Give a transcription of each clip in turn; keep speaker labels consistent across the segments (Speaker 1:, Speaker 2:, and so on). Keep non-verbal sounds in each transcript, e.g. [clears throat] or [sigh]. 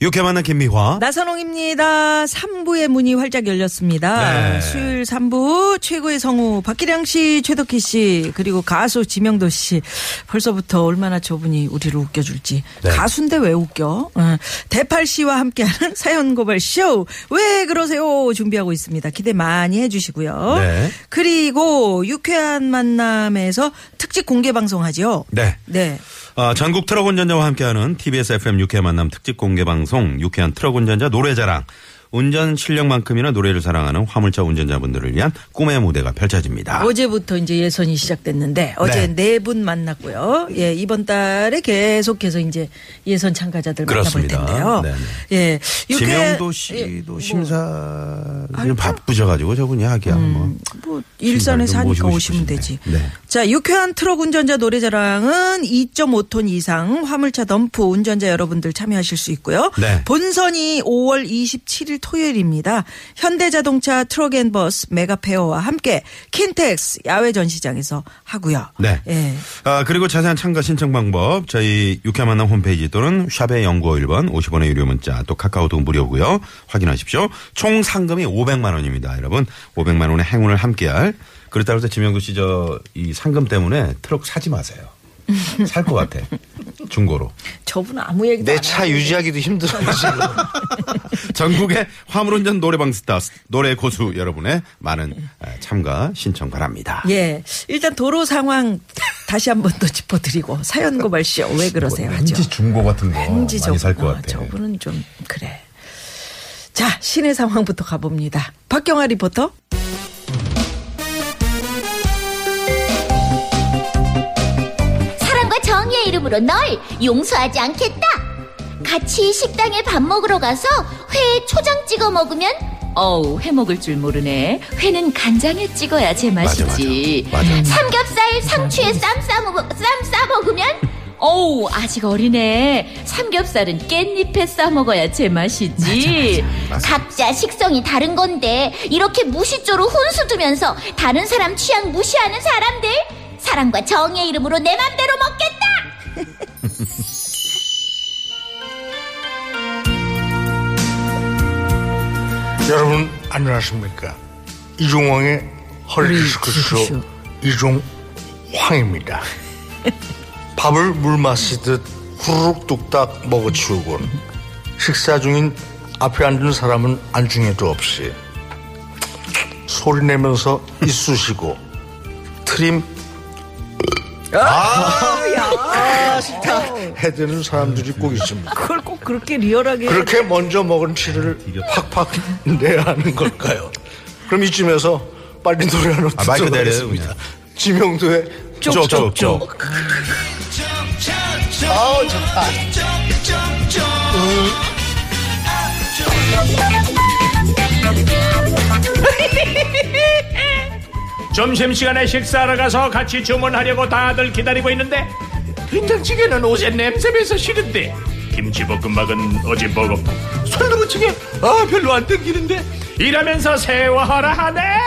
Speaker 1: 이렇게 만난 김미화.
Speaker 2: 나선홍입니다. 3부의 문이 활짝 열렸습니다.
Speaker 1: 네.
Speaker 2: 수요일 3부 최고의 성우 박기량 씨, 최덕희 씨, 그리고 가수 지명도 씨. 벌써부터 얼마나 저분이 우리를 웃겨줄지.
Speaker 1: 네.
Speaker 2: 가수인데 왜 웃겨? 어. 대팔 씨와 함께하는 [laughs] 사연 고발 쇼. 왜 그러세요? 준비하고 있습니다. 기대 많이 해주시고요.
Speaker 1: 네.
Speaker 2: 그리고 유쾌한 만남에서 특집 공개 방송하죠.
Speaker 1: 네.
Speaker 2: 네.
Speaker 1: 아, 전국 트럭 운전자와 함께하는 TBS FM 유쾌 만남 특집 공개 방송 유쾌한 트럭 운전자 노래자랑. 운전 실력만큼이나 노래를 사랑하는 화물차 운전자분들을 위한 꿈의 무대가 펼쳐집니다.
Speaker 2: 어제부터 뭐, 이제 예선이 시작됐는데 어제 네 분 만났고요. 예, 이번 달에 계속해서 이제 예선 참가자들
Speaker 1: 그렇습니다. 네,
Speaker 2: 만나볼 텐데요. 예. 이렇게-
Speaker 1: 지명도
Speaker 2: 예,
Speaker 1: 씨도
Speaker 2: 뭐,
Speaker 1: 심사 지금 바쁘셔가지고 저분이 하기야 뭐.
Speaker 2: 뭐 일산에서
Speaker 1: 신발도
Speaker 2: 하니까
Speaker 1: 모시고
Speaker 2: 오시면
Speaker 1: 싶으신데.
Speaker 2: 되지.
Speaker 1: 네.
Speaker 2: 자, 유쾌한 트럭 운전자 노래자랑은 2.5톤 이상 화물차 덤프 운전자 여러분들 참여하실 수 있고요.
Speaker 1: 네.
Speaker 2: 본선이 5월 27일 토요일입니다. 현대자동차 트럭앤버스 메가페어와 함께 킨텍스 야외 전시장에서 하고요.
Speaker 1: 네.
Speaker 2: 예.
Speaker 1: 아, 그리고 자세한 참가 신청 방법 저희 육회 만남 홈페이지 또는 샵의 연구 1번 50원의 유료 문자 또 카카오톡 무료고요. 확인하십시오. 총 상금이 500만 원입니다. 여러분 500만 원의 행운을 함께할 그렇다고 해서 지명도 씨 저 이 상금 때문에 트럭 사지 마세요. 살 것 같아. 중고로.
Speaker 2: 저분은 아무 얘기도 안
Speaker 3: 내 차 유지하기도 힘들어요 지금.
Speaker 1: [laughs] 전국의 화물운전 노래방 스타 노래 고수 여러분의 많은 에, 참가 신청 바랍니다.
Speaker 2: 예. 일단 도로 상황 다시 한 번 더 짚어드리고 사연 고발쇼
Speaker 1: 뭐
Speaker 2: 왜 그러세요 하죠.
Speaker 1: 중고 같은 거
Speaker 2: 왠지
Speaker 1: 어, 많이 살 것
Speaker 2: 저분, 아,
Speaker 1: 같아.
Speaker 2: 저분은 좀 그래. 자 시내 상황부터 가봅니다. 박경아 리포터.
Speaker 4: 사랑과 정의의 이름으로 널 용서하지 않겠다. 같이 식당에 밥 먹으러 가서 회에 초장 찍어 먹으면 어우 회 먹을 줄 모르네. 회는 간장에 찍어야 제맛이지.
Speaker 1: 맞아, 맞아. 맞아.
Speaker 4: 삼겹살 상추에 쌈싸 먹으면 어우 아직 어리네. 삼겹살은 깻잎에 싸 먹어야 제맛이지. 각자 식성이 다른 건데 이렇게 무시조로 혼수 두면서 다른 사람 취향 무시하는 사람들 사랑과 정의의 이름으로 내 맘대로 먹겠다.
Speaker 3: 여러분 안녕하십니까 이종황의 허리디스크쇼
Speaker 2: 디스크쇼.
Speaker 3: 이종황입니다 [laughs] 밥을 물 마시듯 후루룩 뚝딱 먹어치우곤 식사 중인 앞에 앉은 사람은 안중에도 없이 소리 내면서 이쑤시고 트림 아, 아, 싫다. 해대는 사람들이 꼭 있습니다.
Speaker 2: 그걸 꼭 그렇게 리얼하게.
Speaker 3: 그렇게 먼저 먹은 치를 팍팍 내야 하는 걸까요? 그럼 이쯤에서 빨리 노래 하나
Speaker 1: 아, 마이크
Speaker 3: 듣도록 하겠습니다.
Speaker 1: 내려요,
Speaker 3: 지명도의
Speaker 1: 쪽쪽쪽.
Speaker 5: 어,
Speaker 1: 어,
Speaker 3: 아우 좋다.
Speaker 5: 점심시간에 식사하러 가서 같이 주문하려고 다들 기다리고 있는데 된장찌개는 어제 냄새 배서 싫은데 김치볶음밥은 어제 먹었고 솔루부찌개 아 별로 안 땡기는데 이러면서 세워하라 하네와하라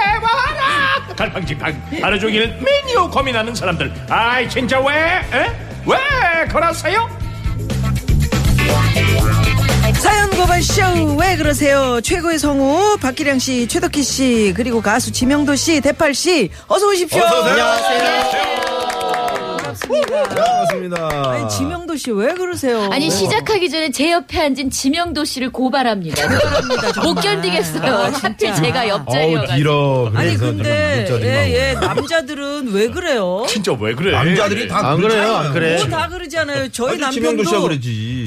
Speaker 5: 갈팡질팡 하루 종일 메뉴 고민하는 사람들 아이 진짜 왜? 에? 왜 그러세요?
Speaker 2: 사연 고발 쇼왜 그러세요? 최고의 성우 박기량 씨, 최덕희 씨, 그리고 가수 지명도 씨, 대팔 씨, 어서 오십시오.
Speaker 1: 반갑습니다.
Speaker 2: 아니, 지명도 씨 왜 그러세요?
Speaker 4: 아니 시작하기 전에 제 옆에 앉은 지명도 씨를 고발합니다. 못 견디겠어요.
Speaker 2: 아,
Speaker 4: 하필 제가
Speaker 1: 어우
Speaker 4: 옆자리여가지고.
Speaker 1: 길어.
Speaker 2: 아니
Speaker 1: 그래서
Speaker 2: 근데
Speaker 1: 좀 문자들이
Speaker 2: 예, 예,
Speaker 1: 나오고.
Speaker 2: 남자들은 왜 그래요?
Speaker 5: 진짜 왜 그래?
Speaker 1: 남자들이 다
Speaker 3: 안 그래요, 안 그래.
Speaker 2: 뭐 다 그러잖아요. 저희
Speaker 1: 아니, 지명도 씨가
Speaker 2: 남편도
Speaker 1: 그러지.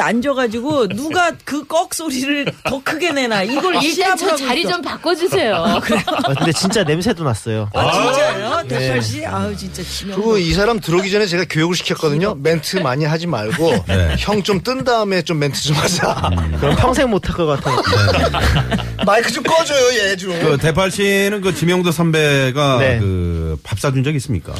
Speaker 1: [laughs]
Speaker 2: 앉아가지고 누가 그 꺽 소리를 더 크게 내나 이걸
Speaker 4: 일단
Speaker 2: 아, 일시합하고
Speaker 4: 저 아, 자리
Speaker 2: 있어.
Speaker 4: 좀 바꿔주세요.
Speaker 6: 아,
Speaker 3: 근데 진짜 냄새도 났어요.
Speaker 1: 아, 네.
Speaker 2: 아, 진짜요? 대팔 씨, 아우 진짜 지명.
Speaker 3: 그리고 이 사람 들어오기 전에 제가 교육을 시켰거든요. 멘트 많이
Speaker 1: [laughs]
Speaker 3: 하지 말고
Speaker 1: 네.
Speaker 3: 형 좀 뜬 다음에 좀 멘트 좀 하자.
Speaker 6: 그럼 평생 못 할 것 같아요.
Speaker 3: [laughs] 마이크 좀 꺼줘요 얘 좀.
Speaker 1: 그 대팔 씨는 그 지명도 선배가
Speaker 6: 네.
Speaker 1: 그 밥 사준 적 있습니까?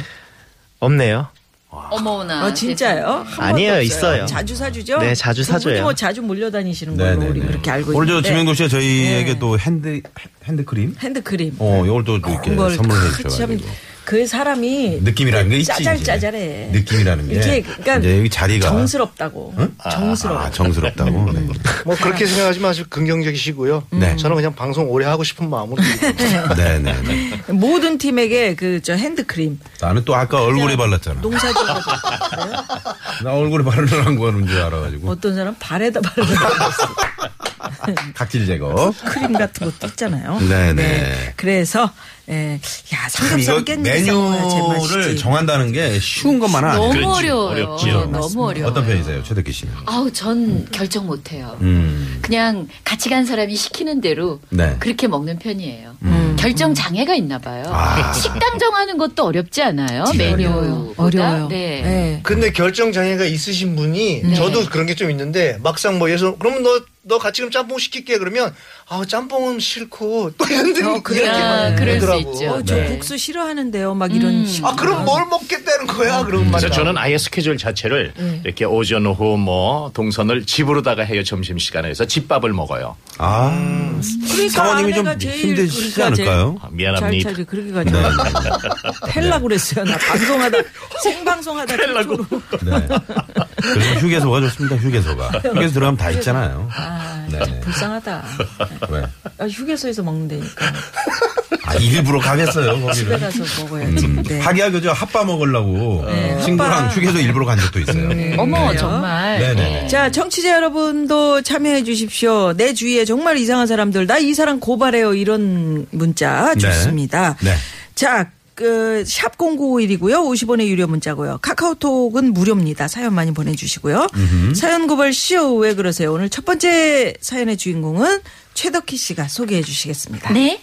Speaker 6: 없네요.
Speaker 4: 어머나.
Speaker 2: 아, 진짜요? 한
Speaker 6: 아니에요,
Speaker 2: 번도 없어요?
Speaker 6: 있어요.
Speaker 2: 자주 사주죠?
Speaker 6: 네, 자주
Speaker 2: 그분이
Speaker 6: 사줘요.
Speaker 2: 뭐 자주 몰려다니시는
Speaker 1: 네,
Speaker 2: 걸로 우리 그렇게 알고
Speaker 1: 오늘 저
Speaker 2: 있는데.
Speaker 1: 지명도 씨가 저희에게
Speaker 2: 네.
Speaker 1: 또 핸드 핸드크림,
Speaker 2: 핸드크림. 아,
Speaker 1: 어, 이걸 또 이렇게
Speaker 2: 그걸
Speaker 1: 선물해
Speaker 2: 크, 참,
Speaker 1: 주셔가지고.
Speaker 2: 그 사람이
Speaker 1: 느낌이라는 게 있지. 이제.
Speaker 2: 짜잘짜잘해.
Speaker 1: 느낌이라는 게.
Speaker 2: 이게 그러니까
Speaker 1: 이제 여기 자리가
Speaker 2: 정스럽다고. 정스러워.
Speaker 1: 아, 정스럽다고.
Speaker 2: [laughs]
Speaker 1: 네.
Speaker 3: 뭐 그렇게 생각하지 마시고 긍정적이시고요.
Speaker 1: 네.
Speaker 3: 저는 그냥 방송 오래 하고 싶은 마음으로.
Speaker 1: 네, 네, 네.
Speaker 2: 모든 팀에게 그 저 핸드크림
Speaker 1: 나는 또 아까 얼굴에 발랐잖아.
Speaker 2: 농사지어서
Speaker 1: [laughs] 나 얼굴에 바르는 거는 줄 알아가지고.
Speaker 2: 어떤 사람
Speaker 1: [laughs]
Speaker 2: 발에다 바르는 거 있어요.
Speaker 1: 각질 제거.
Speaker 2: 크림 같은 것도 있잖아요.
Speaker 1: 네네.
Speaker 2: 그래서 에, 야 삼겹살 깻잎
Speaker 1: 메뉴를
Speaker 2: 싸먹어야 네, 제맛이지.
Speaker 1: 정한다는 게 쉬운 것만 하
Speaker 4: 너무
Speaker 1: 네
Speaker 4: 어려워요.
Speaker 5: 어렵지요.
Speaker 4: 네, 너무 어려워요.
Speaker 1: 어떤 편이세요, 최덕기 씨는?
Speaker 4: 아우, 전 결정 못 해요.
Speaker 1: 음.
Speaker 4: 그냥 같이 간 사람이 시키는 대로
Speaker 1: 네.
Speaker 4: 그렇게 먹는 편이에요. 결정 장애가 있나 봐요.
Speaker 1: 아.
Speaker 4: 식당 정하는 것도 어렵지 않아요. 메뉴
Speaker 2: 어려워요.
Speaker 4: 네.
Speaker 2: 네.
Speaker 3: 근데 결정 장애가 있으신 분이 저도 그런 게 좀 있는데 막상 뭐 예서 그러면 너 너 같이 그럼 짬뽕 시킬게 그러면 아 짬뽕은 싫고 또 이런데
Speaker 2: 어, 그래요?
Speaker 4: 아, 그럴 수 있죠.
Speaker 2: 어, 저
Speaker 4: 네.
Speaker 2: 국수 싫어하는데요. 막 이런 식.
Speaker 3: 아 그럼 뭘 먹겠다는 거야 그런
Speaker 1: 음,
Speaker 3: 말.
Speaker 5: 그래서 저는 아예 스케줄 자체를 이렇게 오전 오후 뭐 동선을 집으로다가 해요 점심 시간에서 집밥을 먹어요.
Speaker 1: 아.
Speaker 2: 그러니까
Speaker 1: 사모님이 좀
Speaker 2: 아내가 제일
Speaker 1: 힘드시지
Speaker 2: 그러니까 제일
Speaker 1: 않을까요? 네.
Speaker 5: 아,
Speaker 2: 잘
Speaker 5: 미안합니다.
Speaker 2: 차리 그렇게 가지고 [laughs] 헬라 그랬어요. 나 방송하다 생방송하다
Speaker 5: 헬라고.
Speaker 2: 쪽으로.
Speaker 1: 네. 요즘 휴게소가 좋습니다, 휴게소가. 휴게소 들어가면 다 있잖아요.
Speaker 2: 아,
Speaker 1: 네.
Speaker 2: 참 불쌍하다.
Speaker 1: 왜?
Speaker 2: 아, 휴게소에서 먹는다니까.
Speaker 1: 아, 일부러 가겠어요, 음. 아,
Speaker 2: 집에
Speaker 1: 거기는.
Speaker 2: 가서 먹어야지. 네.
Speaker 1: 하기야 그저 핫바 먹으려고 친구랑
Speaker 2: 핫바. 네.
Speaker 1: 휴게소 일부러 간 적도 있어요. 음. 네.
Speaker 4: 어머, 정말.
Speaker 1: 네네.
Speaker 2: 자, 청취자 여러분도 참여해 주십시오. 내 주위에 정말 이상한 사람들, 나 이 사람 고발해요. 이런 문자
Speaker 1: 네.
Speaker 2: 좋습니다.
Speaker 1: 네.
Speaker 2: 자, 그, 샵 0951이고요. 50원의 유료 문자고요. 카카오톡은 무료입니다. 사연 많이 보내주시고요. 사연 고발 쇼, 왜 그러세요? 오늘 첫 번째 사연의 주인공은 최덕희 씨가 소개해 주시겠습니다.
Speaker 4: 네.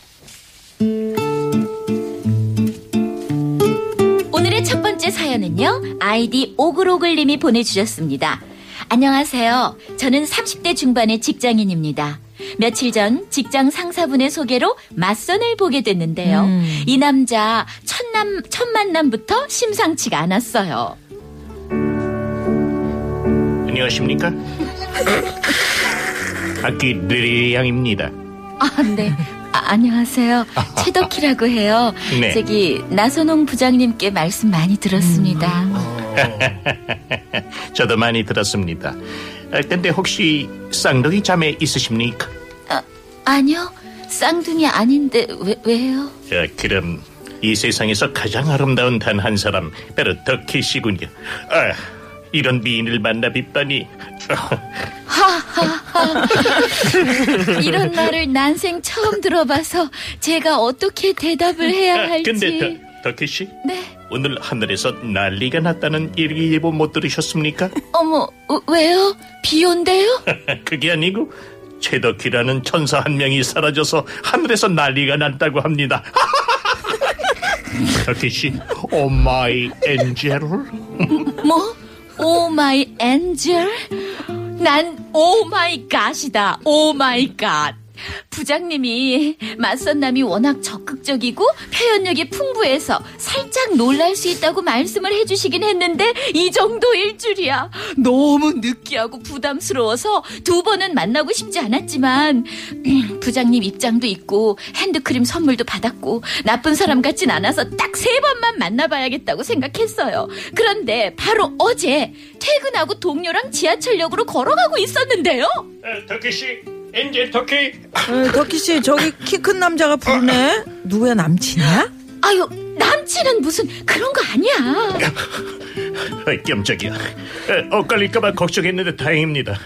Speaker 4: 오늘의 첫 번째 사연은요. 아이디 오글오글님이 보내주셨습니다. 안녕하세요. 저는 30대 중반의 직장인입니다. 며칠 전 직장 상사분의 소개로 맞선을 보게 됐는데요. 이 남자 첫남 첫 만남부터 심상치가 않았어요.
Speaker 5: 안녕하십니까? 악기 느리 양입니다. [laughs]
Speaker 4: 아, 네. 아, [laughs] 안녕하세요. 최덕희라고 해요.
Speaker 5: 네.
Speaker 4: 저기 나선홍 부장님께 말씀 많이 들었습니다.
Speaker 5: 저도 많이 들었습니다. 아, 근데 혹시 쌍둥이 자매 있으십니까?
Speaker 4: 아, 아니요. 쌍둥이 아닌데 왜, 왜요?
Speaker 5: 자, 아, 그럼 이 세상에서 가장 아름다운 단 한 사람 바로 덕희 씨군요. 아, 이런 미인을 만나 뵙다니 아, [laughs]
Speaker 4: 이런 말을 난생 처음 들어봐서 제가 어떻게 대답을 해야 할지.
Speaker 5: [laughs] 근데 더- 덕희 씨
Speaker 4: 네.
Speaker 5: 오늘 하늘에서 난리가 났다는 일기예보 못 들으셨습니까?
Speaker 4: 어머, 어, 왜요? 비 온대요?
Speaker 5: [laughs] 그게 아니고 최덕희라는 천사 한 명이 사라져서 하늘에서 난리가 났다고 합니다. [laughs] 덕희 씨, 오 마이 엔젤.
Speaker 4: 뭐? 오 마이 엔젤? 난 오 마이 갓이다. 오 마이 갓. 부장님이 맞선남이 워낙 적극적이고 표현력이 풍부해서 살짝 놀랄 수 있다고 말씀을 해주시긴 했는데 이 정도일 줄이야. 너무 느끼하고 부담스러워서 두 번은 만나고 싶지 않았지만 음, 부장님 입장도 있고 핸드크림 선물도 받았고 나쁜 사람 같진 않아서 딱 세 번만 만나봐야겠다고 생각했어요. 그런데 바로 어제 퇴근하고 동료랑 지하철역으로 걸어가고 있었는데요.
Speaker 5: 덕희 씨, 엔젤 덕희.
Speaker 2: 어, 덕희 씨, 저기 키 큰 남자가 부르네? 누구야, 남친이야?
Speaker 4: 아유 남친은 무슨 그런 거 아니야.
Speaker 5: 아이, 깜짝이야. 에, 엇갈릴까봐 걱정했는데 다행입니다.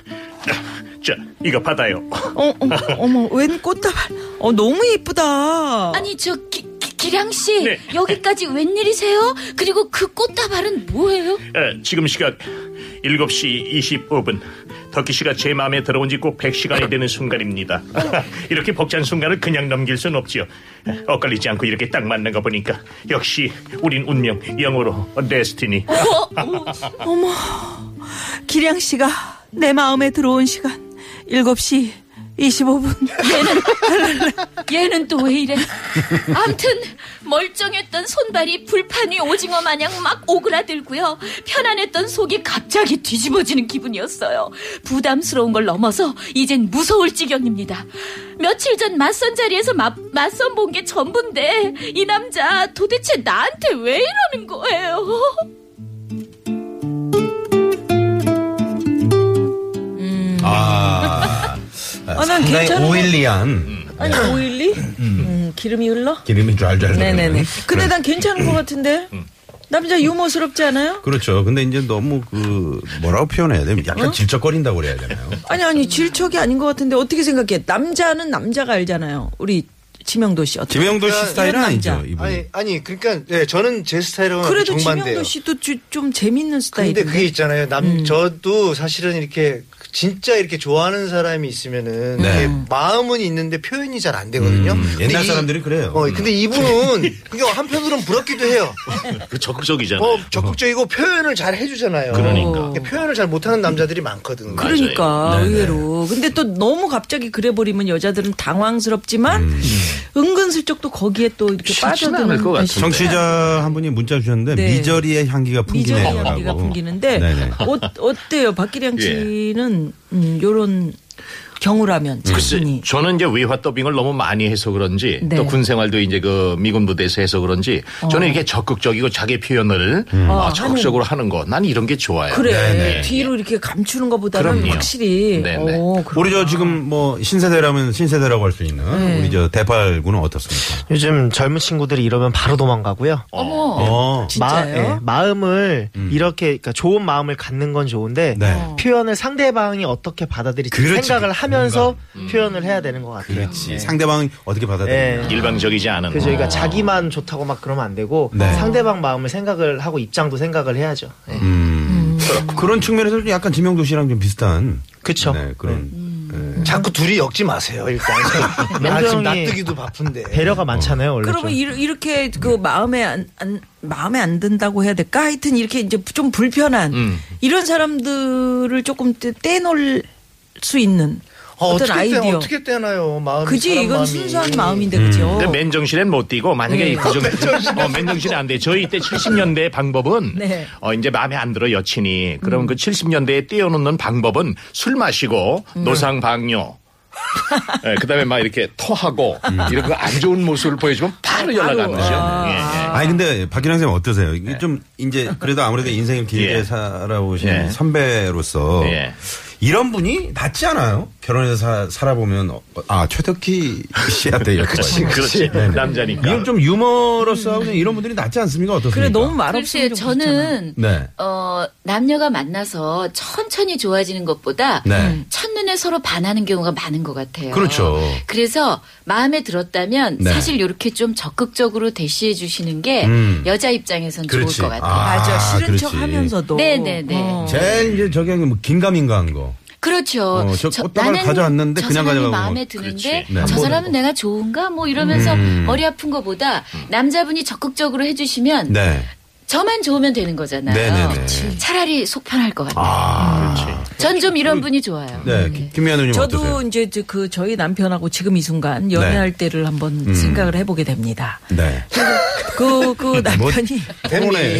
Speaker 5: 아, 자, 이거 받아요.
Speaker 2: 어, 어머, 어머, 웬 꽃다발. 어, 너무 이쁘다.
Speaker 4: 아니 저 기, 기- 기량 씨
Speaker 5: 네.
Speaker 4: 여기까지 웬일이세요? 그리고 그 꽃다발은 뭐예요?
Speaker 5: 에, 지금 시각 7시 25분. 덕기 씨가 제 마음에 들어온 지 꼭 100시간이 되는 순간입니다. [laughs] 이렇게 벅찬 순간을 그냥 넘길 순 없지요. 엇갈리지 않고 이렇게 딱 만난 거 보니까 역시 우린 운명, 영어로 데스티니.
Speaker 2: 어머, 기량 씨가 내 마음에 들어온 시간 7시 25분.
Speaker 4: [laughs] 얘는 또 왜 이래? 암튼 멀쩡했던 손발이 불판 위 오징어 마냥 막 오그라들고요. 편안했던 속이 갑자기 뒤집어지는 기분이었어요. 부담스러운 걸 넘어서 이젠 무서울 지경입니다. 며칠 전 맞선 자리에서 마- 맞선 본 게 전부인데 이 남자 도대체 나한테 왜 이러는 거예요?
Speaker 1: 아,
Speaker 2: 아, 난
Speaker 1: 상당히
Speaker 2: 괜찮은
Speaker 1: 오일리한
Speaker 2: 아니, 오일리? 음, 기름이 흘러?
Speaker 1: 기름이 쫄쫄.
Speaker 2: 네네네. 근데
Speaker 1: 그래. 음.
Speaker 2: 난 괜찮은 것 같은데? 남자 유머스럽지 않아요?
Speaker 1: 그렇죠. 근데 이제 너무 그 뭐라고 표현해야 되면
Speaker 2: 어?
Speaker 1: 약간 질척거린다고 그래야 되나요?
Speaker 2: 아니, 아니, 질척이 아닌 것 같은데 어떻게 생각해? 남자는 남자가 알잖아요. 우리 지명도 씨. 어떻게?
Speaker 1: 김영도 씨
Speaker 3: 그러니까
Speaker 1: 스타일은
Speaker 2: 이런
Speaker 1: 아니죠.
Speaker 2: 남자.
Speaker 1: 이분.
Speaker 3: 아니 아니 그러니까 예, 저는 제 스타일은
Speaker 2: 그래도 지명도
Speaker 3: 정반대예요.
Speaker 2: 씨도 주- 좀 재밌는
Speaker 3: 근데
Speaker 2: 스타일인데.
Speaker 3: 그게 있잖아요. 남 저도 사실은 이렇게 진짜 이렇게 좋아하는 사람이 있으면은
Speaker 1: 네.
Speaker 3: 이게 마음은 있는데 표현이 잘 안 되거든요.
Speaker 1: 음,
Speaker 3: 근데
Speaker 1: 옛날
Speaker 3: 이-
Speaker 1: 사람들이 그래요. 음.
Speaker 3: 어, 근데
Speaker 1: [laughs]
Speaker 3: 이분은 그게 한편으로는 부럽기도 해요.
Speaker 5: 그 적극적이잖아요.
Speaker 3: 어, 적극적이고 표현을 잘 해주잖아요.
Speaker 5: 그러니까.
Speaker 3: 근데 표현을 잘 못하는 남자들이 많거든요.
Speaker 2: 그러니까 의외로 근데 또 너무 갑자기 그래버리면 여자들은 당황스럽지만
Speaker 5: 음.
Speaker 2: 은근슬쩍 또 거기에 또 이렇게
Speaker 6: 쉽지는 않을
Speaker 2: 빠져드는
Speaker 6: 것 같은데.
Speaker 1: 정치자 한 분이 문자 주셨는데
Speaker 2: 네.
Speaker 1: 미저리의 향기가
Speaker 2: 미저리
Speaker 1: 풍기네요.
Speaker 2: 향기가 풍기는데 어, 어때요
Speaker 5: 예.
Speaker 2: 박기량 씨는 음, 요런 경우라면
Speaker 5: 글쎄,
Speaker 2: 자신이
Speaker 5: 네, 저는 이제 외화 더빙을 너무 많이 해서 그런지
Speaker 2: 네. 어.
Speaker 5: 또 군 생활도 이제 그 미군 부대에서 해서 그런지 저는 이렇게 적극적이고 자기 표현을 아,
Speaker 2: 아,
Speaker 5: 적극적으로 하는 거 난 이런 게 좋아요.
Speaker 2: 그래
Speaker 5: 네, 네.
Speaker 2: 뒤로 이렇게 감추는 것보다는
Speaker 5: 그럼요.
Speaker 2: 확실히
Speaker 5: 네, 네.
Speaker 2: 오, 그렇구나. 네.
Speaker 1: 우리 저 지금 뭐 신세대라면 신세대라고 할 수 있는 우리 저 대팔군은 어떻습니까?
Speaker 6: 요즘 젊은 친구들이 이러면 바로 도망가고요.
Speaker 4: 어머,
Speaker 1: 어.
Speaker 2: 네. 진짜요?
Speaker 6: 마, 음을 이렇게 그러니까 좋은 마음을 갖는 건 좋은데
Speaker 1: 네.
Speaker 2: 어.
Speaker 6: 표현을 상대방이 어떻게 받아들일지
Speaker 1: 그렇지.
Speaker 6: 생각을 하면서
Speaker 2: 음.
Speaker 6: 표현을 해야 되는 것 같아요.
Speaker 1: 그렇지.
Speaker 6: 네.
Speaker 1: 상대방이 어떻게 받아들이냐.
Speaker 6: 네.
Speaker 5: 일방적이지 않은.
Speaker 6: 그래서 그러니까 자기만 좋다고 막 그러면 안 되고
Speaker 1: 아. 네.
Speaker 6: 상대방 마음을 생각을 하고 입장도 생각을 해야죠. 네.
Speaker 1: 음. 그런 측면에서 좀 약간 지명도 씨랑 좀 비슷한
Speaker 6: 그쵸.
Speaker 1: 네, 그런
Speaker 3: 자꾸 둘이 엮지 마세요, 일단. 나 지금
Speaker 6: 명령이
Speaker 3: 납득이도 바쁜데.
Speaker 6: 배려가
Speaker 1: 어.
Speaker 6: 많잖아요. 원래
Speaker 1: 그렇죠.
Speaker 2: 그러면
Speaker 6: 좀.
Speaker 2: 이르- 이렇게 그 마음에 안, 안- 마음에 안 든다고 해야 될까? 하여튼 이렇게 이제 좀 불편한
Speaker 1: 음.
Speaker 2: 이런 사람들을 조금 떼- 떼놓을 수 있는
Speaker 3: 어,
Speaker 2: 어, 떤
Speaker 3: 어떻게 떼,
Speaker 2: 아이디어.
Speaker 3: 어떻게 떼나요, 마음이.
Speaker 2: 그지
Speaker 3: 사람
Speaker 2: 이건
Speaker 3: 마음이.
Speaker 2: 순수한 마음인데 그죠?
Speaker 5: 근데 네, 맨정신엔 못 뛰고 만약에
Speaker 2: 어. 네.
Speaker 5: 그 정도 어, 맨정신은 안 돼. 저희 때 70년대 방법은
Speaker 2: 네.
Speaker 5: 어 이제 마음에 안 들어 여친이 그럼 그 70년대에 띄워놓는 방법은 술 마시고 노상 방뇨. 예, 그다음에 막 이렇게 토하고 이런 거 안 좋은 모습을 보여주면 바로 연락 안 오죠. 예, 예.
Speaker 1: 아니 근데 박기량 쌤 어떠세요? 이게 좀 이제 그래도 아무래도 인생을 길게
Speaker 5: 네. [laughs] 예.
Speaker 1: 살아오신
Speaker 5: 예.
Speaker 1: 선배로서
Speaker 5: 예.
Speaker 1: 이런 분이 낫지 않아요? 결혼해서 사- 살아보면 어, 아 최덕희 씨한테 이렇게
Speaker 5: [laughs]
Speaker 1: 네,
Speaker 5: 그렇지, 그렇지. 남자니까.
Speaker 1: 이건 좀 유머로서 그냥 이런 분들이 낫지 않습니까? 어떻습니까?
Speaker 2: 그래 너무 말
Speaker 4: 글쎄
Speaker 2: 없이
Speaker 4: 저는
Speaker 1: 네.
Speaker 4: 어, 남녀가 만나서 천천히 좋아지는 것보다
Speaker 2: 음.
Speaker 1: 네.
Speaker 4: 음. 첫눈에 서로 반하는 경우가 많은 것 같아요.
Speaker 1: 그렇죠.
Speaker 4: 그래서 마음에 들었다면
Speaker 1: 네.
Speaker 4: 사실 이렇게 좀 적극적으로 대시해 주시는 게
Speaker 1: 음.
Speaker 4: 여자 입장에선
Speaker 1: 그렇지.
Speaker 4: 좋을 것 같아요.
Speaker 1: 아,
Speaker 2: 맞아 싫은
Speaker 1: 그렇지.
Speaker 2: 척하면서도 어.
Speaker 4: 네네네.
Speaker 1: 제일 이제 저게 뭐 긴가민가한 거.
Speaker 4: 그렇죠.
Speaker 1: 어, 저 꽃다발 가져왔는데
Speaker 4: 저
Speaker 1: 그냥
Speaker 4: 사람이
Speaker 1: 가져가고
Speaker 4: 마음에
Speaker 1: 뭐,
Speaker 4: 드는데
Speaker 1: 그렇지. 네.
Speaker 4: 저 사람은 내가 좋은가 뭐 이러면서
Speaker 1: 음.
Speaker 4: 머리 아픈 것보다 남자분이 적극적으로 해주시면
Speaker 1: 네.
Speaker 4: 저만 좋으면 되는 거잖아요.
Speaker 1: 네네네. 그치.
Speaker 4: 차라리 속 편할 것 같아요. 음.
Speaker 1: 아.
Speaker 4: 전 좀 이런 분이 좋아요.
Speaker 1: 네.
Speaker 4: 네.
Speaker 1: 김미아누님
Speaker 2: 음. 저도
Speaker 1: 어떠세요?
Speaker 2: 이제 저- 그 저희 남편하고 지금 이 순간 연애할 때를 한번
Speaker 1: 음.
Speaker 2: 생각을 해보게 됩니다.
Speaker 1: 네.
Speaker 2: 그
Speaker 1: 뭐?
Speaker 2: 그 남편이
Speaker 1: 토론회. 토론회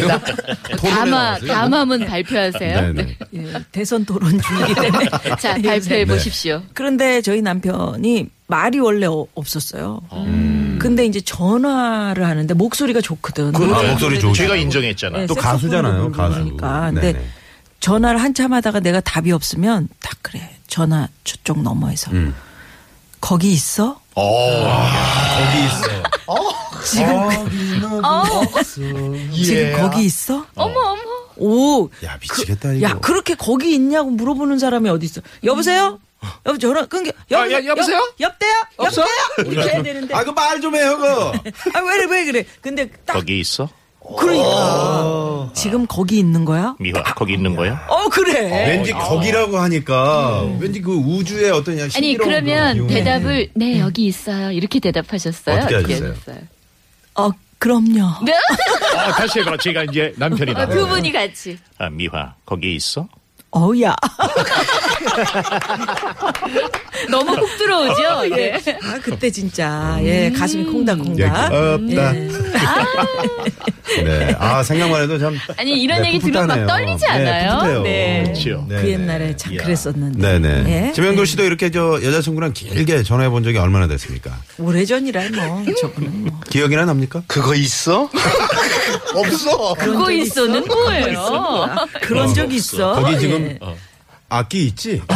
Speaker 4: 담화,
Speaker 1: 나가세요?
Speaker 4: 담화문 발표하세요.
Speaker 1: 네,
Speaker 2: [laughs]
Speaker 1: 네.
Speaker 2: 예, 대선 토론 중이기 때문에 [laughs] 예,
Speaker 4: 자,
Speaker 2: 네.
Speaker 4: 발표해 보십시오.
Speaker 2: 그런데 저희 남편이 말이 원래 어- 없었어요. 음. 근데 이제 전화를 하는데 목소리가 좋거든.
Speaker 5: 그렇죠.
Speaker 1: 아,
Speaker 2: 노래
Speaker 1: 목소리
Speaker 2: 부르는
Speaker 1: 좋으시죠.
Speaker 5: 네. 제가 인정했잖아.
Speaker 2: 네,
Speaker 1: 또
Speaker 2: 색소폰으로
Speaker 1: 가수잖아요, 가수.
Speaker 2: 부르니까. 근데
Speaker 1: 네네.
Speaker 2: 전화를 한참 하다가 내가 답이 없으면 딱 그래. 전화 저쪽 너머에서.
Speaker 1: 음.
Speaker 2: 거기 있어?
Speaker 1: 거기 있어.
Speaker 2: 지금
Speaker 5: 예.
Speaker 2: 거기 있어? 어머 어머. 오.
Speaker 1: 야, 미치겠다, 이거.
Speaker 2: 야, 그렇게 거기 있냐고 물어보는 사람이 어디 있어? 여보세요? 여보 전화 끊겨.
Speaker 5: 아, 야, 여보세요? 아.
Speaker 2: 옆, 대요 여보세요? 이렇게 해야 되는데.
Speaker 1: 아, 그 말 좀 해요, 그거.
Speaker 2: 아, 왜, 그래, 왜 그래. 근데 딱
Speaker 5: 거기 있어?
Speaker 1: 어.
Speaker 2: 그러니까 지금 거기 있는 거야?
Speaker 5: 미화 거기 있는 거야?
Speaker 2: 어 음. 그래.
Speaker 1: 왠지 거기라고 하니까 왠지 그 우주의 어떤 그냥 음.
Speaker 4: 아니
Speaker 1: 신비로운
Speaker 4: 그러면
Speaker 1: 그런
Speaker 4: 대답을 네 여기 있어요 이렇게 대답하셨어요?
Speaker 1: 어떻게 하셨어요?
Speaker 4: 하셨어요?
Speaker 2: 어 그럼요.
Speaker 4: 네?
Speaker 5: 아, 다시 해봐. 제가 이제
Speaker 1: 아,
Speaker 5: 남편이다.
Speaker 4: 아, 두 분이 같이
Speaker 5: 아, 미화 거기 있어?
Speaker 2: 어우야.
Speaker 1: 아,
Speaker 4: 너무 훅 들어오죠? 네.
Speaker 2: 아 그때 진짜 예 가슴이 콩닥콩닥.
Speaker 1: 음.
Speaker 4: 음.
Speaker 2: 예, 그
Speaker 1: 얘기 어, 없다. 네. 아, 생각만 해도 참.
Speaker 4: 아니 이런
Speaker 1: 네,
Speaker 4: 얘기 들으면 막
Speaker 1: 풋풋하네요.
Speaker 4: 떨리지
Speaker 1: 네,
Speaker 4: 않아요?
Speaker 1: 풋풋해요.
Speaker 4: 네.
Speaker 5: 그렇죠.
Speaker 1: 네.
Speaker 2: 그 옛날에 참 그랬었는데.
Speaker 1: 네네.
Speaker 2: 예?
Speaker 1: 지명도 씨도 이렇게 저 여자친구랑 길게 전화해 본 적이 얼마나 됐습니까?
Speaker 2: 오래전이라 뭐 저분은 뭐.
Speaker 1: 기억이나 납니까?
Speaker 3: 그거 있어? [laughs] 없어.
Speaker 4: 네, 그거 있어는 뭐예요?
Speaker 2: 그런 적 있어.
Speaker 1: 거기 지금
Speaker 2: 예.
Speaker 1: 악기 있지?
Speaker 4: 어,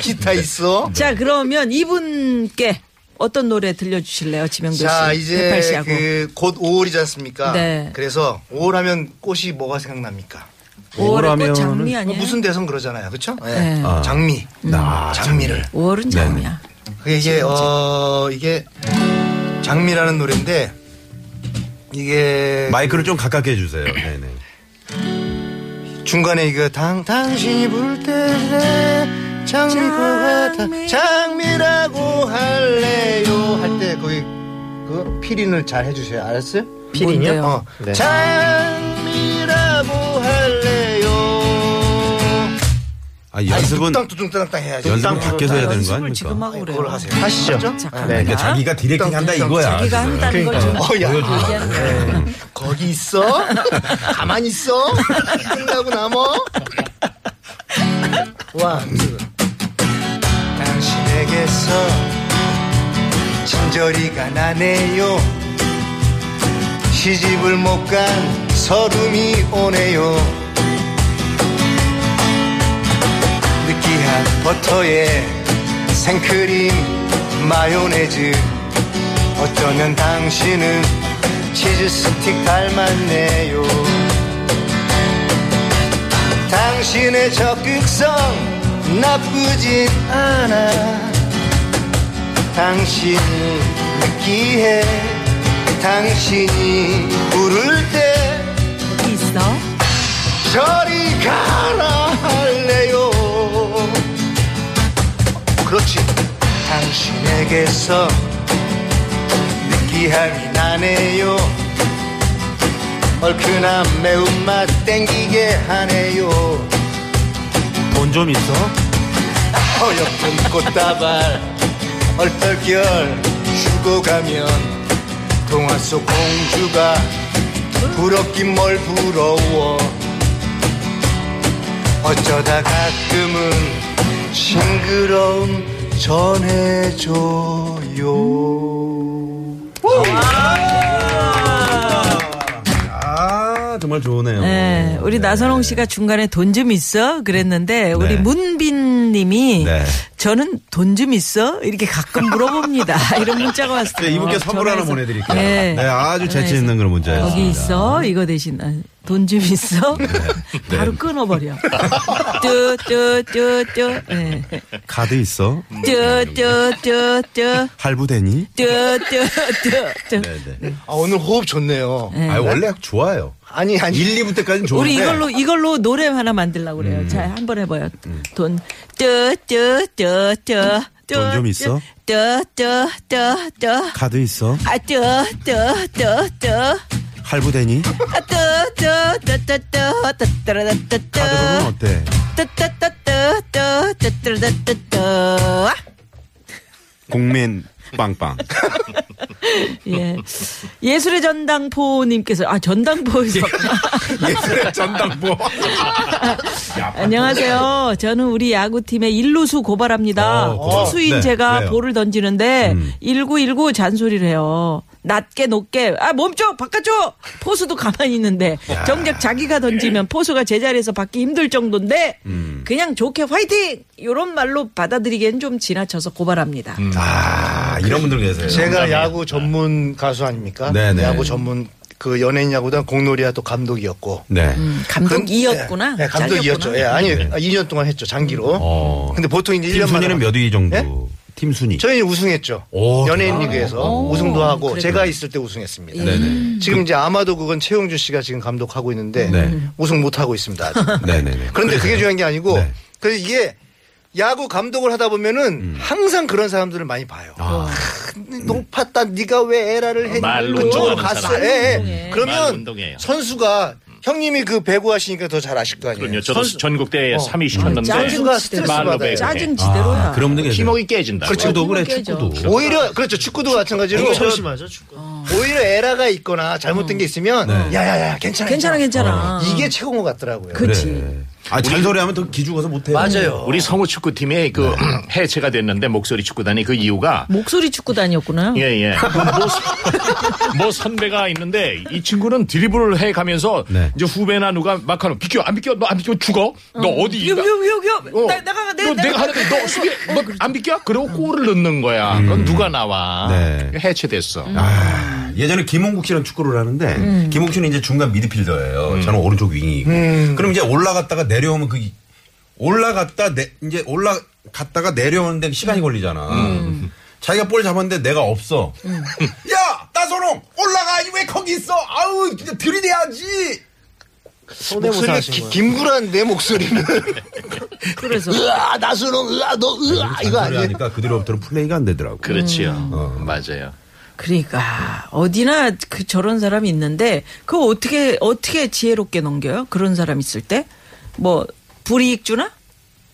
Speaker 3: 기타 있어?
Speaker 2: 자 그러면 이분께 어떤 노래 들려주실래요, 지명도 씨?
Speaker 3: 자, 이제
Speaker 2: 백팔 씨하고.
Speaker 3: 그 곧 5월이지 않습니까?
Speaker 2: 네.
Speaker 3: 그래서 5월 하면 꽃이 뭐가 생각납니까? 그
Speaker 2: 월은
Speaker 1: 오라면은- 어,
Speaker 2: 꽃 장미 아니야?
Speaker 3: 무슨 대선 그러잖아요. 그렇죠?
Speaker 2: 네.
Speaker 3: 장미.
Speaker 1: 아,
Speaker 3: 장미를.
Speaker 2: 5월은 장미야.
Speaker 3: 그게 이게 어 이게 장미라는 노래인데 이게
Speaker 1: 마이크를 좀 가깝게 해주세요. 네네.
Speaker 3: 중간에 이거 당 당신 불때 장미꽃 같아 장미라고 할래요 할 때 거기 그 피린을 잘 해주세요 알았어요?
Speaker 6: 피린이요?
Speaker 2: 뭔데요?
Speaker 3: 어
Speaker 6: 네.
Speaker 3: 장미라고 할래요
Speaker 1: 아, 연습은,
Speaker 3: 뚝땅 뚝땅 해야지
Speaker 1: 연습은
Speaker 6: 뚝땅
Speaker 1: 밖에서 해야 되는 거
Speaker 2: 연습을
Speaker 1: 아닙니까? 네,
Speaker 2: 지금 하고 그래요.
Speaker 3: 그걸 하세요 하시죠
Speaker 2: 자,
Speaker 3: 아,
Speaker 2: 갑니다.
Speaker 1: 그러니까 자기가 아, 그러니까 디렉팅 한다 이거야.
Speaker 2: 자기가
Speaker 1: 지금.
Speaker 2: 한다는 걸 좀.
Speaker 3: 어, 야.
Speaker 2: 얘기하는 거야.
Speaker 3: 네. 거기 있어? 가만히 있어? 끝나고 남어? 원, 투. 당신에게서 진저리가 나네요. 시집을 못 간 서름이 오네요. 느끼한 버터에 생크림 마요네즈 어쩌면 당신은 치즈 스틱 닮았네요. 당신의 적극성 나쁘진 않아. 당신은 느끼해. 당신이 부를 때
Speaker 2: 거기 있어?
Speaker 3: 저리 가라 할래요 그렇지 당신에게서 느끼함이 나네요 얼큰한 매운맛 땡기게 하네요
Speaker 1: 돈 좀 있어?
Speaker 3: 허옇은 꽃다발 얼떨결 죽어가면 동화 속 공주가 부럽긴 뭘 부러워 어쩌다 가끔은 싱그러움 전해줘요
Speaker 1: 아, 정말 좋으네요.
Speaker 2: 네, 우리 나선홍 씨가 중간에 돈 좀 있어 그랬는데 우리
Speaker 1: 네.
Speaker 2: 문빈님이
Speaker 1: 네.
Speaker 2: 저는 돈 좀 있어 이렇게 가끔
Speaker 1: [laughs]
Speaker 2: 물어봅니다 이런 문자가 왔어요.
Speaker 1: 네, 이분께 선물 하나 보내드릴게요.
Speaker 2: 네.
Speaker 1: 네, 아주 재치 있는 그런 문제였습니다. 네.
Speaker 2: 거기 있어 이거 대신 돈 좀 있어 [laughs]
Speaker 1: [laughs]
Speaker 2: 바로 끊어버려. 뚜뚜뚜뚜 네.
Speaker 1: 카드 있어?
Speaker 2: 뚜뚜뚜뚜
Speaker 1: 할부되니?
Speaker 2: 뚜뚜뚜뚜
Speaker 1: 네네.
Speaker 3: 아 오늘 호흡 좋네요
Speaker 1: 아, 원래 좋아요.
Speaker 3: 아니 아니
Speaker 1: 1, 2부 때까지는 좋은데. 음.
Speaker 2: 우리 이걸로 이걸로 노래 하나 만들려고 그래요. 자, 한 번 해봐요. 돈, 뚜뚜뚜뚜뚜.
Speaker 1: 돈좀 있어?
Speaker 2: 뚜뚜뚜뚜.
Speaker 1: 카드 있어?
Speaker 2: 아, 뚜뚜뚜뚜.
Speaker 1: 할부되니?
Speaker 2: 아, 뚜뚜뚜뚜뚜.
Speaker 1: 아,
Speaker 2: 뚜뚜뚜뚜뚜.
Speaker 1: 카드로는 어때?
Speaker 2: 뚜뚜뚜뚜뚜뚜뚜뚜뚜뚜. 아,
Speaker 1: 국민 빵빵.
Speaker 2: 예. 예술의 전당포님께서 아 전당포에서
Speaker 1: [laughs] 예술의 전당포.
Speaker 2: [laughs] 안녕하세요. 저는 우리 야구팀의 일루수 고발합니다.
Speaker 1: 어, 고발.
Speaker 2: 투수인
Speaker 1: 네,
Speaker 2: 제가
Speaker 1: 왜요? 음.
Speaker 2: 볼을 던지는데 1919 잔소리를 해요. 낮게 높게 아 몸쪽 바깥쪽 포수도 가만히 있는데 정작 자기가 던지면 포수가 제자리에서 받기 힘들 정도인데
Speaker 1: 음.
Speaker 2: 그냥 좋게 화이팅 이런 말로 받아들이기엔 좀 지나쳐서 고발합니다.
Speaker 3: 음.
Speaker 1: 아, 이런 분들 계세요.
Speaker 3: 제가 야구 전문 가수 아닙니까
Speaker 1: 네네.
Speaker 3: 야구 전문 그 연예인 야구단 공놀이야 또 감독이었고
Speaker 1: 네.
Speaker 2: 음. 감독이었구나.
Speaker 3: 예, 예, 감독이었죠.
Speaker 2: 잘렸구나.
Speaker 3: 예, 아니, 아, 2년 동안 했죠. 장기로.
Speaker 1: 어.
Speaker 3: 근데 보통 이제
Speaker 1: 팀
Speaker 3: 1년 만에.
Speaker 1: 순위는 몇 위 정도?
Speaker 3: 예?
Speaker 1: 팀 순위.
Speaker 3: 저희 우승했죠.
Speaker 1: 오,
Speaker 3: 연예인
Speaker 1: 대단하네.
Speaker 3: 리그에서 우승도 하고 제가 있을 때 우승했습니다.
Speaker 1: 네네.
Speaker 3: 지금 이제 아마도 그건 최용준 씨가 지금 감독하고 있는데
Speaker 1: 네.
Speaker 3: 우승 못 하고 있습니다.
Speaker 5: [laughs]
Speaker 3: 아직.
Speaker 1: 네네네.
Speaker 3: 그런데 그게 중요한 게 아니고
Speaker 1: 네.
Speaker 3: 그 이게 야구 감독을 하다 보면은
Speaker 5: 음.
Speaker 3: 항상 그런 사람들을 많이 봐요.
Speaker 1: 아.
Speaker 3: 높았다. 네가 왜 에라를 했니?
Speaker 5: 말로
Speaker 3: 그쪽으로
Speaker 5: 운동하는
Speaker 3: 갔어.
Speaker 5: 사람.
Speaker 3: 예, 예.
Speaker 5: 운동해. 말로
Speaker 3: 그러면
Speaker 5: 운동해요.
Speaker 3: 선수가 형님이 그 배구 하시니까 더 잘 아실 거 아니에요.
Speaker 5: 그럼요. 저도 전국대회 3위
Speaker 2: 짜증
Speaker 3: 선수가
Speaker 5: 시켰는데
Speaker 3: 스트레스
Speaker 5: 말로
Speaker 3: 받아요.
Speaker 5: 배우고
Speaker 2: 짜증
Speaker 1: 아,
Speaker 2: 지대로야.
Speaker 1: 그런 분들
Speaker 5: 기목이 깨진다.
Speaker 2: 어,
Speaker 1: 축구도 그래 축구도.
Speaker 3: 오히려 그렇죠. 축구도 마찬가지로
Speaker 6: 이거 조심하죠 축구.
Speaker 3: 오히려 에라가 있거나 잘못된 게 있으면 야야야 괜찮아.
Speaker 2: 괜찮아 괜찮아.
Speaker 3: 어, 이게 최고인 것 같더라고요.
Speaker 1: 그래. 아잘 소리하면 더 기죽어서 못해.
Speaker 3: 맞아요.
Speaker 5: 음, 우리 성우 축구팀이 그
Speaker 1: 네.
Speaker 5: [clears throat] 해체가 됐는데 목소리 축구단이 그 이유가
Speaker 2: 목소리 축구단이었구나.
Speaker 1: [laughs]
Speaker 5: 예, 예. 뭐, 선- 뭐 선배가 있는데 이 친구는 드리블을 해 가면서
Speaker 1: 네.
Speaker 5: 이제 후배나 누가 막 하는 비켜 안 비켜 너 안 비켜 죽어 너 어디
Speaker 2: 요, 요, 요, 요. 나, 나가, 내,
Speaker 5: 너 내가 하는데 너 수비 너안 비켜? 그리고 골을 넣는 거야. 그건 누가 나와?
Speaker 1: 음. 네.
Speaker 5: 해체됐어.
Speaker 1: 아, 예전에 김홍국 씨랑 축구를 하는데
Speaker 3: 음.
Speaker 1: 김홍국 씨는 이제 중간 미드필더예요.
Speaker 5: 음.
Speaker 1: 저는 오른쪽 윙이고.
Speaker 3: 음.
Speaker 1: 그럼 이제 올라갔다가 내려오면 그 올라갔다 내, 이제 올라갔다가 내려오는데 시간이 걸리잖아.
Speaker 3: 음.
Speaker 1: 자기가 볼 잡았는데 내가 없어. 야, 나선홍 올라가 아니 왜 거기 있어? 아우 진짜 들이대야지.
Speaker 3: 목소리
Speaker 6: 손해보상 하신 거예요.
Speaker 3: 김구란 내 목소리는 [laughs]
Speaker 2: 그래서.
Speaker 3: 으아 나수롱 으아 너 으아 이거
Speaker 1: 잔소리
Speaker 3: 아니에요?
Speaker 1: 하니까 그 뒤로부터는 플레이가 안 되더라고.
Speaker 5: 그렇지요.
Speaker 1: 음. 어.
Speaker 5: 맞아요.
Speaker 2: 그러니까 어디나 그 저런 사람이 있는데 그거 어떻게 어떻게 지혜롭게 넘겨요? 그런 사람 있을 때 뭐 불이익 주나?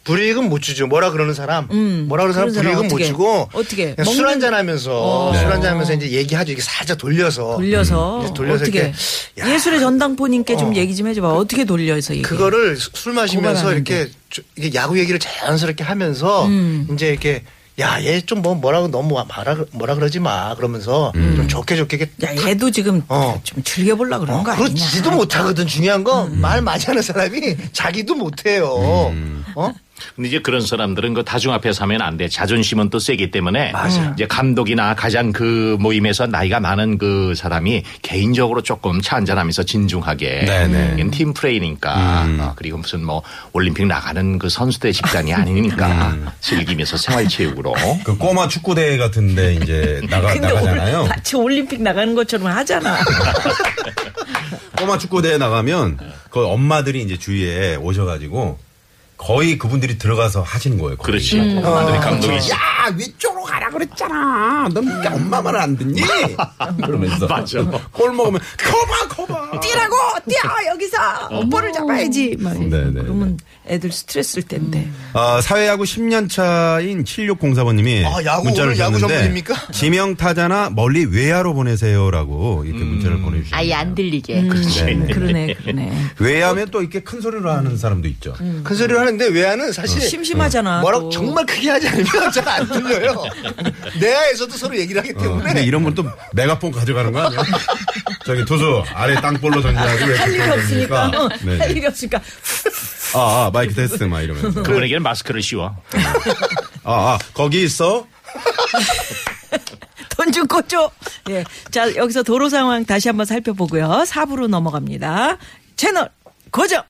Speaker 3: 불이익은 못 주죠. 뭐라 그러는 사람, 뭐라 그러는 사람
Speaker 2: 음, 그런 사람
Speaker 3: 불이익은 못
Speaker 2: 어떻게,
Speaker 3: 주고
Speaker 2: 어떻게, 예,
Speaker 3: 그냥 술
Speaker 2: 먹는- 어.
Speaker 3: 한잔 하면서 술 한잔 하면서 이제 얘기하죠. 이게 살짝 돌려서
Speaker 2: 돌려서
Speaker 3: 음, 이제 돌려서
Speaker 2: 어떻게
Speaker 3: 이렇게, 야.
Speaker 2: 예술의 전당포님께 좀
Speaker 3: 어.
Speaker 2: 얘기 좀 해줘봐. 어떻게 돌려서 얘기?
Speaker 3: 음. 그거를 수- 술 마시면서
Speaker 2: 고발하는데.
Speaker 3: 이렇게 조- 이게 야구 얘기를 자연스럽게 하면서
Speaker 2: 음.
Speaker 3: 이제 이렇게 야 얘 좀 뭐 뭐라고 너무 말아 뭐라 그러지 마 그러면서 좀 좋게 좋게 이렇게
Speaker 2: 야 얘도 지금
Speaker 3: 어.
Speaker 2: 좀 즐겨볼라 그러는
Speaker 3: 어,
Speaker 2: 거 아니냐?
Speaker 3: 그렇지도 못하거든. 중요한 건
Speaker 2: 음.
Speaker 3: 말 많이 하는 사람이 자기도 못해요.
Speaker 2: 음.
Speaker 3: 어?
Speaker 5: 근데 이제 그런 사람들은 그 다중 앞에서 하면 안 돼. 자존심은 또 세기 때문에 이제 감독이나 가장 그 모임에서 나이가 많은 그 사람이 개인적으로 조금 차 한잔하면서 진중하게
Speaker 1: 네네. 음.
Speaker 5: 이건 팀 플레이니까 어, 그리고 무슨 뭐 올림픽 나가는 그 선수들 집단이 아니니까
Speaker 1: 음.
Speaker 5: 즐기면서 생활체육으로
Speaker 1: 그 꼬마 축구대회 같은데 이제 나가
Speaker 2: 근데 올-
Speaker 1: 나가잖아요.
Speaker 2: 마치 올림픽 나가는 것처럼
Speaker 3: [laughs]
Speaker 2: 하잖아.
Speaker 1: 꼬마 축구대회 나가면
Speaker 3: 네.
Speaker 1: 그 엄마들이 이제 주위에 오셔가지고 거의 그분들이 들어가서 하시는 거예요. 거의.
Speaker 3: 그렇죠.
Speaker 5: 그렇지. 완전히 감독이지.
Speaker 1: 야 위쪽으로 가라 그랬잖아. 넌 이게 엄마 말을 안 듣니? [laughs] 그러면서
Speaker 5: 맞아.
Speaker 1: 골 먹으면 커봐 커봐.
Speaker 2: 뛰라고 뛰어 여기서 볼을 잡아야지. 막 이러고.
Speaker 1: 네네.
Speaker 2: 음. 그러면 애들 스트레스일 텐데.
Speaker 1: 아, 사회야구 10년 차인 7604번님이
Speaker 3: 아, 야구
Speaker 1: 문자를
Speaker 3: 오늘 야구
Speaker 1: 주셨는데
Speaker 3: 전문입니까? [laughs]
Speaker 1: 지명 타자나 멀리 외야로 보내세요라고
Speaker 3: 음.
Speaker 1: 이렇게 문자를 보내주셨어요.
Speaker 4: 아예 안 들리게.
Speaker 1: 음.
Speaker 2: 그러네 그러네.
Speaker 1: 외야면 또 이렇게 큰 소리로 하는 사람도 있죠.
Speaker 2: 음.
Speaker 3: 큰 소리를 하는데 외아는 사실
Speaker 2: 어. 심심하잖아.
Speaker 3: 네. 뭐라고
Speaker 2: 또.
Speaker 3: 정말 크게 하지 않으면 [laughs] 잘 안 들려요. 내아에서도 서로 얘기를 하기
Speaker 2: 그
Speaker 1: 어,
Speaker 3: 때문에
Speaker 1: 근데 이런 분또 메가폰 가져가는 거
Speaker 2: [laughs]
Speaker 1: 아니야? 저기 투수 아래 땅볼로 전진하고 왜
Speaker 2: 할
Speaker 1: 그렇게
Speaker 2: 일이 없으니까.
Speaker 1: 던집니까?
Speaker 2: 어,
Speaker 1: 그러니까. 네.
Speaker 2: [laughs] 할 일이 없으니까.
Speaker 1: 아, 아 마이크 테스트 막 이러면서
Speaker 5: 그분에게는 마스크를 씌워.
Speaker 1: 아, 아 거기 있어?
Speaker 2: 돈좀 꽂죠. 예. 자, 여기서 도로 상황 다시 한번 살펴보고요. 4부로 넘어갑니다. 채널 고정!